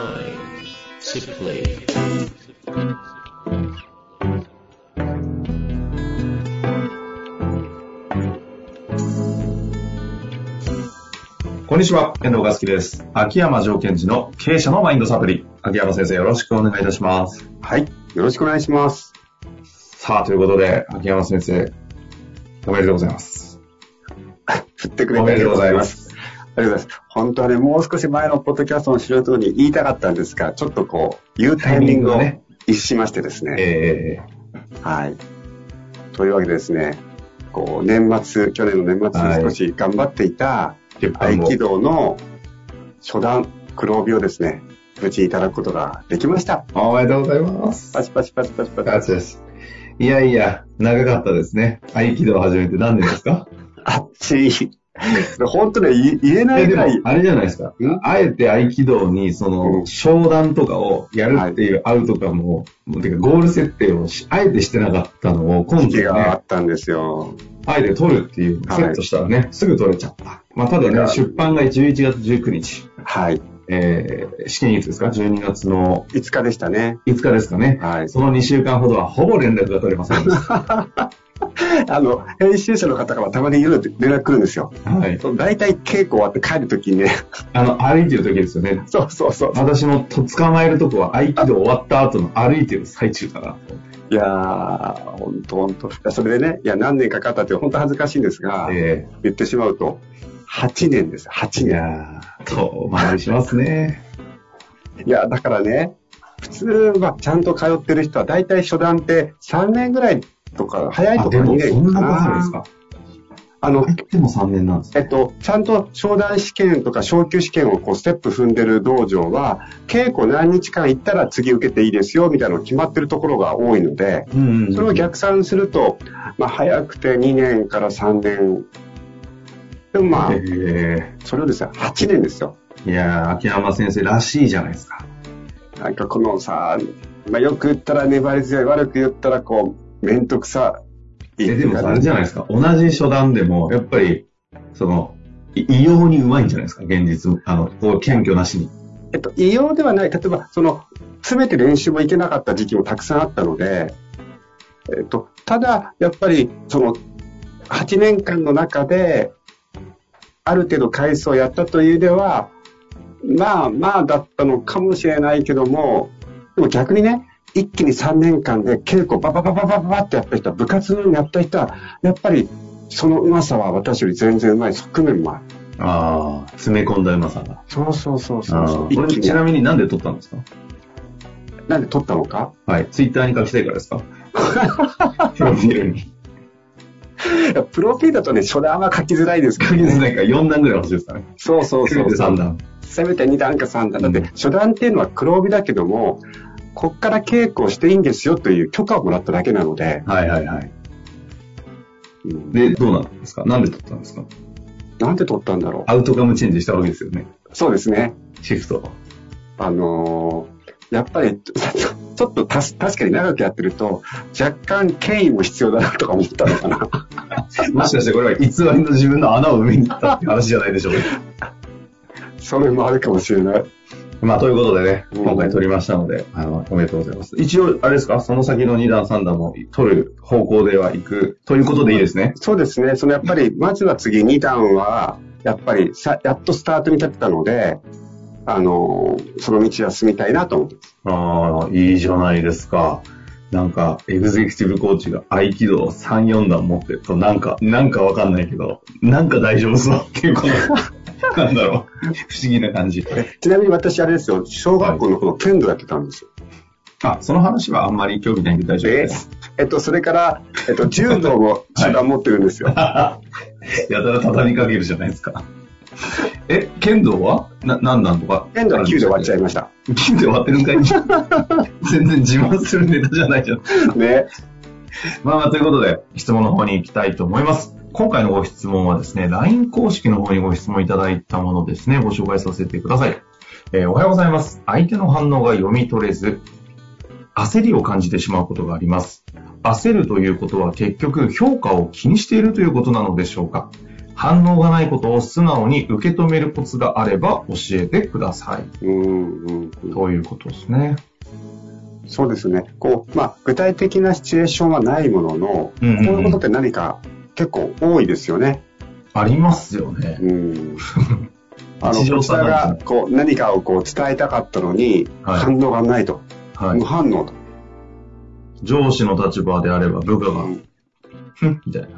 Mind. Simply. こんにちは、遠藤和樹です。秋山条件時の経営者のマインドサプリ。秋山先生、よろしくお願いいたします。はい。よろしくお願いします。さあ、ということで、秋山先生、おめでとうございます。振ってくれてありがとうございます。ありがとうございます。本当はね、もう少し前のポッドキャストの素人に言いたかったんですが、ちょっとこう、言うタイミングをタイミングね、逸しましてですね。えはい。というわけでですね、こう、年末、去年の年は末いに少し頑張っていた、ー、鉄合板も気道の初段、黒帯をですね、無事いただくことができました。おめでとうございます。パチパチパチパチパチ。ガチです。いやいや、長かったですね。合気道を始めて何年ですかあっ ちい。本当ね、い言えいなやでいぐもらい、、あれじゃないですか。あえて合気道に、そうんの、商談とかをやるっていうアウトかも、もうてかゴール設定をしあえてしてなかったのを、今度時期があね、ったんですよ。あえて取るっていう、セはいットしたらね、すぐ取れちゃった。まあ、ただいやね、出版が11月19日、はい。えー、試験いつですか ?12 月の5日でしたね。 5日ですかね。はい。その2週間ほどはほぼ連絡が取れませんでしあの、編集者の方からたまに夜連絡来るんですよ。 た。はい。そう大体稽古終わって帰るときにね、 あの、歩いてる時ですよね。そうそうそう。私のと捕まえるとこは合気道終わった後の歩いてる最中かな。いやー、ほんとほんと。いやそれでね、いや、何年かかったって本当恥ずかしいんですが、え言ってしまうと、8年です、え8い年。やー、遠回りしますね。いや、だからね、普通はちゃんと通ってる人は大体初段って3年ぐらいとか、早いあ、とでか2もそん年なかことあるんでなす。かあの入、っても3年なんですえねっと、ちゃんと商談試験とか昇級試験をこうステップ踏んでる道場は、稽古何日間行ったら次受けていいですよみたいなの決まってるところが多いので、うんうんうんそれを逆算すると、まあ、早くて2年から3年。でもまあえ、えそれをですね、8年ですよ。いやー、秋山先生らしいじゃないですか。なんかこのさ、まあ、よく言ったら粘り強い、悪く言ったらこう、面倒くさいってえ、いでうもかさね。あれじゃないですか。同じ初段でも、やっぱり、その、い異様にうまいんじゃないですか、現実。あの、こう謙虚なしに。えっと、異様ではない、例えば、その、詰めて練習もいけなかった時期もたくさんあったので、えっと、ただ、やっぱり、その、8年間の中で、ある程度回数をやったという意味では、まあまあだったのかもしれないけども、でも逆にね、一気に3年間で稽古バババババババってやった人は、部活のようにやった人は、やっぱり、そのうまさは私より全然うまい側面もある。ああ、詰め込んだうまさが。そうそうそうそうそあーう。こ一れ気ちに。なみになんで撮ったんですかなんで取ったのかはい。ツイッターに書きたいからです かプロフィールに。いやプロフィールだとね、初段は書きづらいですけかどけね、ずないから4段ぐらい欲しいですかね。そうそうせそめうて。3段。せめて2段か3段。だっうてん、初段っていうのは黒帯だけども、こっから稽古をしていいんですよという許可をもらっただけなので、はいはいはい。うんで、どうなんですかなんで取ったんですかなんで取ったんだろアウトカムチェンジしたわけですよね。う。そうですね。シフト。あのーやっぱり、ち ょちょっとたす確かに長くやってると、若干権威も必要だなとか思ったのかな。 もしかしてこれは偽りの自分の穴を埋めに行ったって話じゃないでしょうか。それもあるかもしれない。まあ、ということでね、うん今回取りましたので、あの、おめでとうございます。一応、あれですかその先の2段3段も取る方向では行くということでいいですね。そうですね。そのやっぱり、まずは次2段は、やっぱりさ、やっとスタートに立てたので、あのーその道は進みたいなと思って。ああ、いいじゃないですか。なんか、エグゼクティブコーチが合気道3、4段持ってると、なんか、なんかわかんないけど、なんか大丈夫そうっていう、こ の、なんだろう、不思議な感じ。ちなみに私、あれですよ、小学校の頃、剣道やってたんですよ。あ、その話はあんまり興味ないんで大丈夫でです。、えっと、それから、えっと、柔道も手段持ってるんですよ。 やたら畳みかけるじゃないですか。え、剣道はな、何段とか剣道は9で終わっちゃいました。金で終わってるんかい 全然自慢するネタじゃないじゃん。ね。まあまあ、ということで、質問の方に行きたいと思います。今回のご質問はですね、LINE 公式の方にご質問いただいたものですね、ご紹介させてください。えーおはようございます。相手の反応が読み取れず、焦りを感じてしまうことがあります。焦るということは結局評価を気にしているということなのでしょうか反応がないことを素直に受け止めるコツがあれば教えてください。うんうんうんということですね。そうですね。こう、まあ、具体的なシチュエーションはないものの、うんうんうんこういうことって何か結構多いですよね。ありますよね。うん。あの、日常こち茶ら飯事が、こう、何かをこう伝えたかったのに、はい反応がないと。はい無。反応と。上司の立場であれば部下がう、んふんみたいな。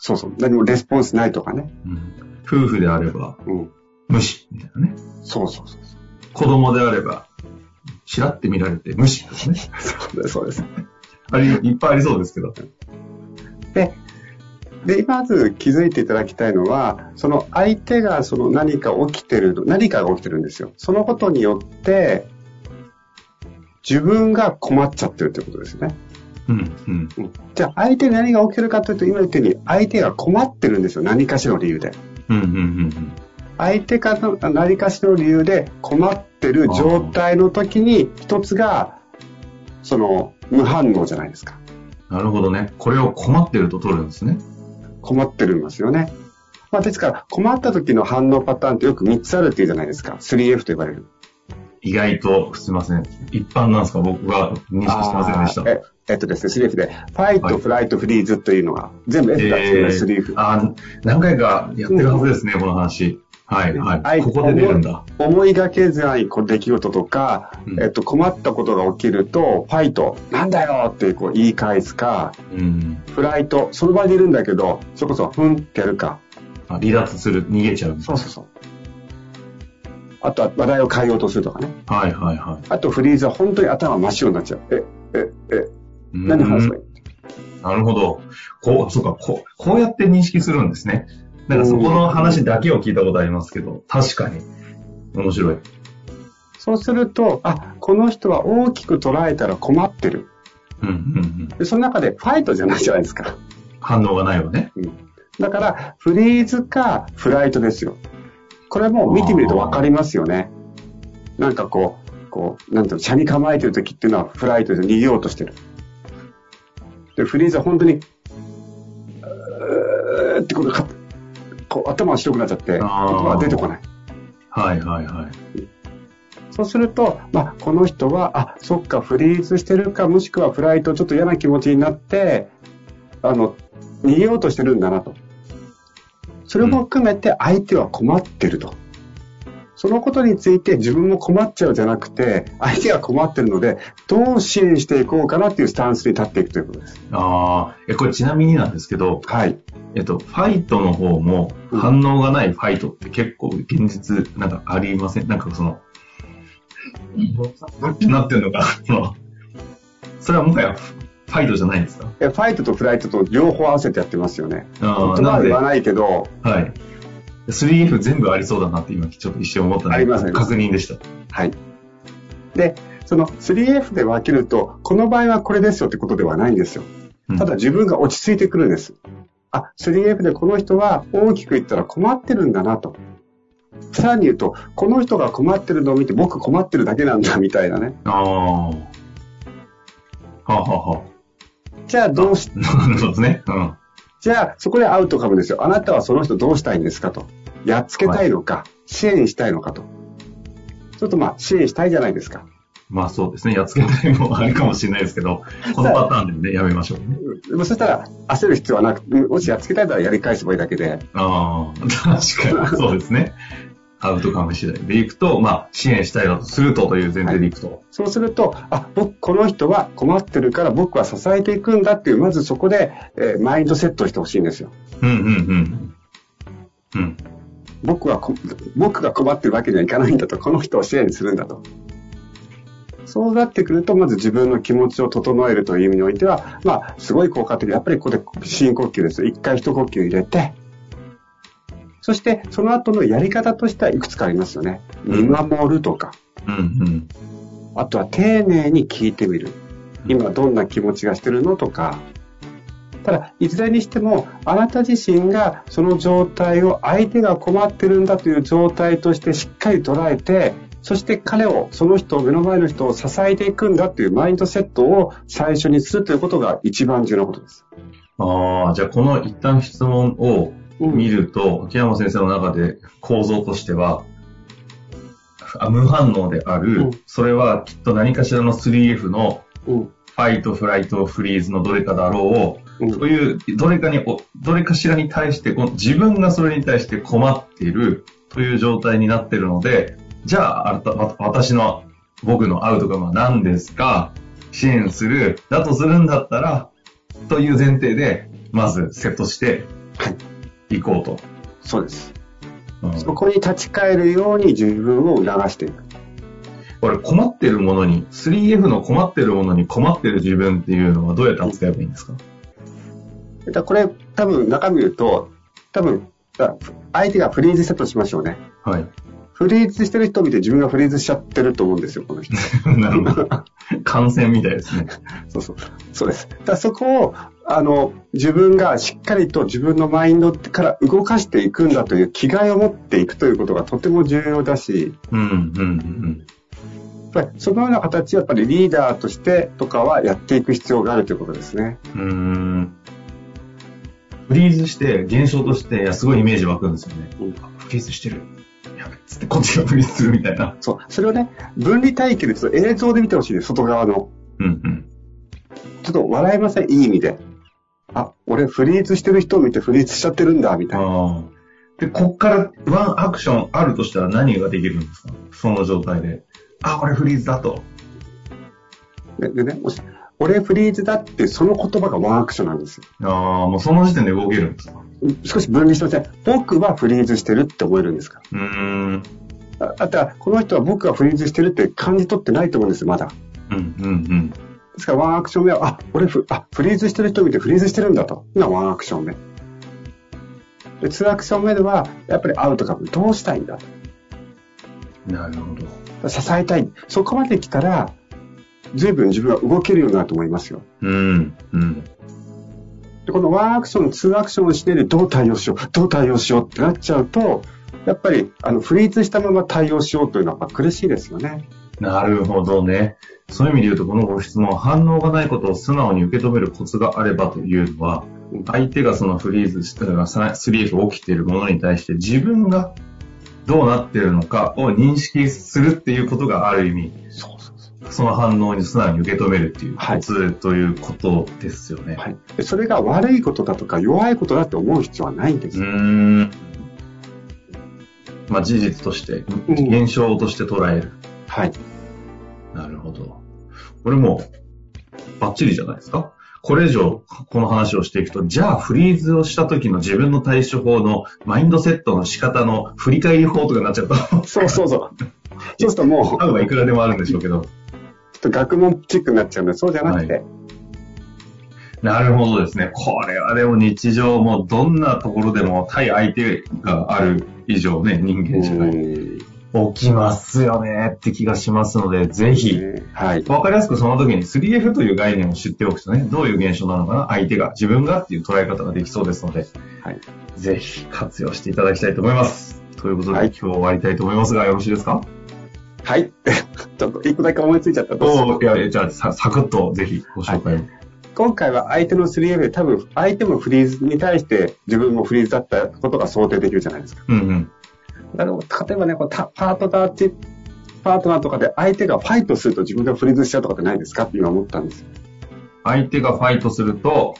そうそう。何もレスポンスないとかね。うん夫婦であれば、うん。無視。みたいなね。そうそうそうそ子供であれば、ちらって見られて無視ですね。う。 そうです。 あれ、いっぱいありそうですけど。で、で、まず気づいていただきたいのは、その相手がその何か起きてるの、何かが起きてるんですよ。そのことによって、自分が困っちゃってるということですよね。うん、うん。うんじゃあ、相手に何が起きてるかというと、今言ったように、相手が困ってるんですよ。何かしらの理由で。うん、うん、うん相手かの何かしらの理由で困ってる状態の時に、一つが、その、無反応じゃないですか。うん。なるほどね。これを困ってると取るんですね。困ってるんですよね。まあ、ですから、困った時の反応パターンってよく3つあるっていうじゃないですか。3F と呼ばれる。意外と、すいません。一般なんですか僕が認識してませんでした。あーええっとですね、3F で、ファイはト、いフライト、フリーズというのが、全部 F だっていうのが 3F。あー何回かやってるはずですね、この話。はい、ははいい。ここで出るんだ。思いがけずないこう出来事とか、うんえっと、困ったことが起きると、ファイト、なんだよってこう言い返すか、うん。フライト、その場にいるんだけど、それこそ、ふんってやるか。あ離脱する、逃げちゃう。そうそうそう。あとは話題を変えようとするとかね。はい、はい、はあとフリーズは本当に頭真っ白になっちゃう。え、え、え、い。何話すかいい、なるほど。こう、そうか、こう、こうやって認識するんですね。なんかそこの話だけを聞いたことありますけど、確かに。面白い。そうすると、あ、この人は大きく捉えたら困ってる。うん、うん、うん。で、その中でファイトじゃないじゃないですか。反応がないわね。だから、フリーズかフライトですよ。これも見てみるとわかりますよね。なんかこう、こう、なんていうの、車に構えてる時っていうのはフライトで逃げようとしてる。で、フリーズは本当に、うーってことか、こう頭が白くなっちゃって、言葉が出てこない。はい、はい、はい。そうすると、まあ、この人は、あ、そっか、フリーズしてるか、もしくはフライト、ちょっと嫌な気持ちになって、あの、逃げようとしてるんだなと。それも含めて相手は困ってると。そのことについて自分も困っちゃうじゃなくて、相手が困ってるので、どう支援していこうかなっていうスタンスに立っていくということです。ああ、え、これちなみになんですけど、はい。えっと、ファイトの方もうん反応がないファイトって結構現実なんかありませんなんかその、どっちになってんのかなその、それはもはやファイトじゃないんですかえファイトとフライトと両方合わせてやってますよね。あ言あ、葉なはので、言わはい。ないけど、 3F 全部ありそうだなって今ちょっと一瞬思ったあのりで、ますあります確認でした。はい。で、その 3F で分けると、この場合はこれですよってことではないんですよ。うんただ自分が落ち着いてくるんです。あ、3F でこの人は大きく言ったら困ってるんだなと。さらに言うと、この人が困ってるのを見て僕困ってるだけなんだみたいなね。ああ。はあ、はあ はじゃあどうし、あ、なるほどですね。うん。じゃあそこでアウトカムですよ。あなたはその人どうしたいんですかと。やっつけたいのか、支援したいのかと。ちょっとまあ支援したいじゃないですか。まあそうですね。やっつけたいのもあるかもしれないですけ ど、このパターンでもね、やめましょうね。でもそしたら焦る必要はなく、もしやっつけたいならやり返せばいいだけで。ああ、 確かに、そうですね。アウトカム次第でいくと、まあ、支援したいだとするとという前提でいくと。そうすると、あ、僕、この人は困ってるから僕は支えていくんだっていう、まずそこで、えーマインドセットをしてほしいんですよ。うんうんうん。うん。僕はこ、僕が困ってるわけにはいかないんだと、この人を支援するんだと。そうなってくると、まず自分の気持ちを整えるという意味においては、まあ、すごい効果的。やっぱりここで深呼吸です。一回一呼吸入れて、そして、その後のやり方としてはいくつかありますよね。見守るとか、うんあとは丁寧に聞いてみる。今どんな気持ちがしてるのとか。ただ、いずれにしても、あなた自身がその状態を相手が困ってるんだという状態としてしっかり捉えて、そして彼を、その人を、目の前の人を支えていくんだというマインドセットを最初にするということが一番重要なことです。うん。ああ、じゃあこの一旦質問を見ると、秋山先生の中で構造としては、あ無反応である、うんそれはきっと何かしらの 3F のうん。ファイト、フライト、フリーズのどれかだろうを、うん。そういうどれかにお、どれかしらに対してこう、自分がそれに対して困っているという状態になっているので、じゃあ、あなたわ私の、僕のアウトがまあ何ですか支援する、だとするんだったら、という前提で、まずセットしてはい。いこうと。そうです。うんそこに立ち返るように自分を促していく。これ困ってるものに、3F の困ってるものに困ってる自分っていうのはどうやって扱えばいいんですかだからこれ、多分中身言うと、多分、だ相手がフリーズしたとしましょうね。はい。フリーズしてる人を見て自分がフリーズしちゃってると思うんですよ、この人。 なるほど。感染みたいですね。そうそう。そうです。だからそこを、あの、自分がしっかりと自分のマインドから動かしていくんだという気概を持っていくということがとても重要だし、うん、うん、うん。やっぱりそのような形をやっぱりリーダーとしてとかはやっていく必要があるということですね。うーんフリーズして、現象として、いや、すごいイメージ湧くんですよね。うんあフリーズしてる。やべっつって、こっちがフリーズするみたいな。そう。それをね、分離体系でちょっと映像で見てほしいです、外側の。うんうん。ちょっと笑えません、いい意味で。あ、俺フリーズしてる人を見てフリーズしちゃってるんだ、みたいな。ああ。で、こっからワンアクションあるとしたら何ができるんですかその状態で。あ、これフリーズだと。ででね、もし、俺フリーズだってその言葉がワンアクションなんですよ。ああ、もうその時点で動けるんですか少し分離してません。僕はフリーズしてるって思えるんですかうーん。ら。ああとは、この人は僕がフリーズしてるって感じ取ってないと思うんですよ、まだ。でうん、うん、すから、ワンアクション目は、あ、俺フ、あ、フリーズしてる人見てフリーズしてるんだと。今、ワンアクション目。で、ツーアクション目では、やっぱりアウトカム、どうしたいんだと。うん。なるほど。支えたい。そこまで来たら、随分自分は動けるようになると思いますよ。うん、うん。で、このワンアクション、ツーアクションをしている、どう対応しよう、どう対応しようってなっちゃうと、やっぱり、あの、フリーズしたまま対応しようというのは、やっぱ苦しいですよね。なるほどね。そういう意味で言うと、このご質問、反応がないことを素直に受け止めるコツがあればというのは、相手がそのフリーズしたら、スリーフ起きているものに対して自分がどうなっているのかを認識するっていうことがある意味、そうそうそう。その反応に素直に受け止めるっていうコツということですよね。はい。でそれが悪いことだとか弱いことだって思う必要はないんでうす。ーん。まあ事実として、うん現象として捉える。はい。なるほど。これもう、バッチリじゃないですかこれ以上、この話をしていくと、じゃあフリーズをした時の自分の対処法のマインドセットの仕方の振り返り法とかになっちゃうと、 そうそうそう。そうするともう、ちょ合うはいくらでもあるんでしょうけど。っと学問チックになっちゃうので、そうじゃなくて、はなるほどですね。これはでも日常もどんなところでも対相手がある以上ね、人間社会。うん起きますよねって気がしますので、ぜひ、はい。わかりやすくその時に 3F という概念を知っておくとね、どういう現象なのかな、相手が、自分がっていう捉え方ができそうですので、はいぜひ活用していただきたいと思います。ということで、はい今日終わりたいと思いますが、よろしいですかはい。 ちょっと一個だけ思いついちゃった。おおいや、いやじゃあさ、サクッとぜひご紹介を。今回は相手の 3M で多分、相手もフリーズに対して自分もフリーズだったことが想定できるじゃないですか。うんうん。だから例えばね、こうたパートナーチパートナーとかで相手がファイトすると自分がフリーズしちゃうとかってないですかって今思ったんですよ。相手がファイトすると、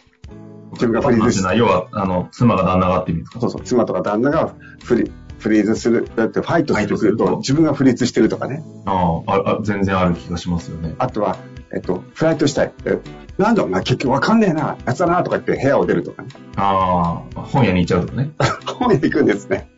自分がフリーズしない。要は、あの、妻が旦那がって意味ですかそうそう、妻とか旦那がフリフリーズする、だってファイトすファるイトするとと、自分がフリーズしてるとかね。あーああ、全然ある気がしますよね。あとは、えっと、フライトしたい。えなんだお前結局わかんねえな、やつだなとか言って部屋を出るとかね。ああ、本屋に行っちゃうとかね。 本屋行くんですね。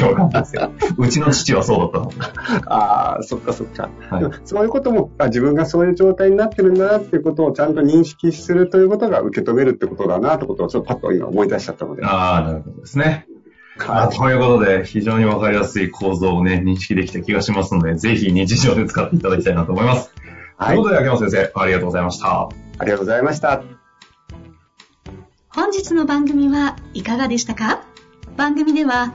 よかったですよ。うちの父はそうだっああ、そっかそっか。たの。はいでもそういうことも、あ自分がそういう状態になってるんだなっていうことをちゃんと認識するということが受け止めるってことだなってことをちょっとパッと今思い出しちゃったので。ああ、なるほどですね。まあはい。ということで、非常にわかりやすい構造をね、認識できた気がしますので、ぜひ日常で使っていただきたいなと思います。はというこいとで、秋山先生、ありがとうございました。ありがとうございました。本日の番組はいかがでしたか番組では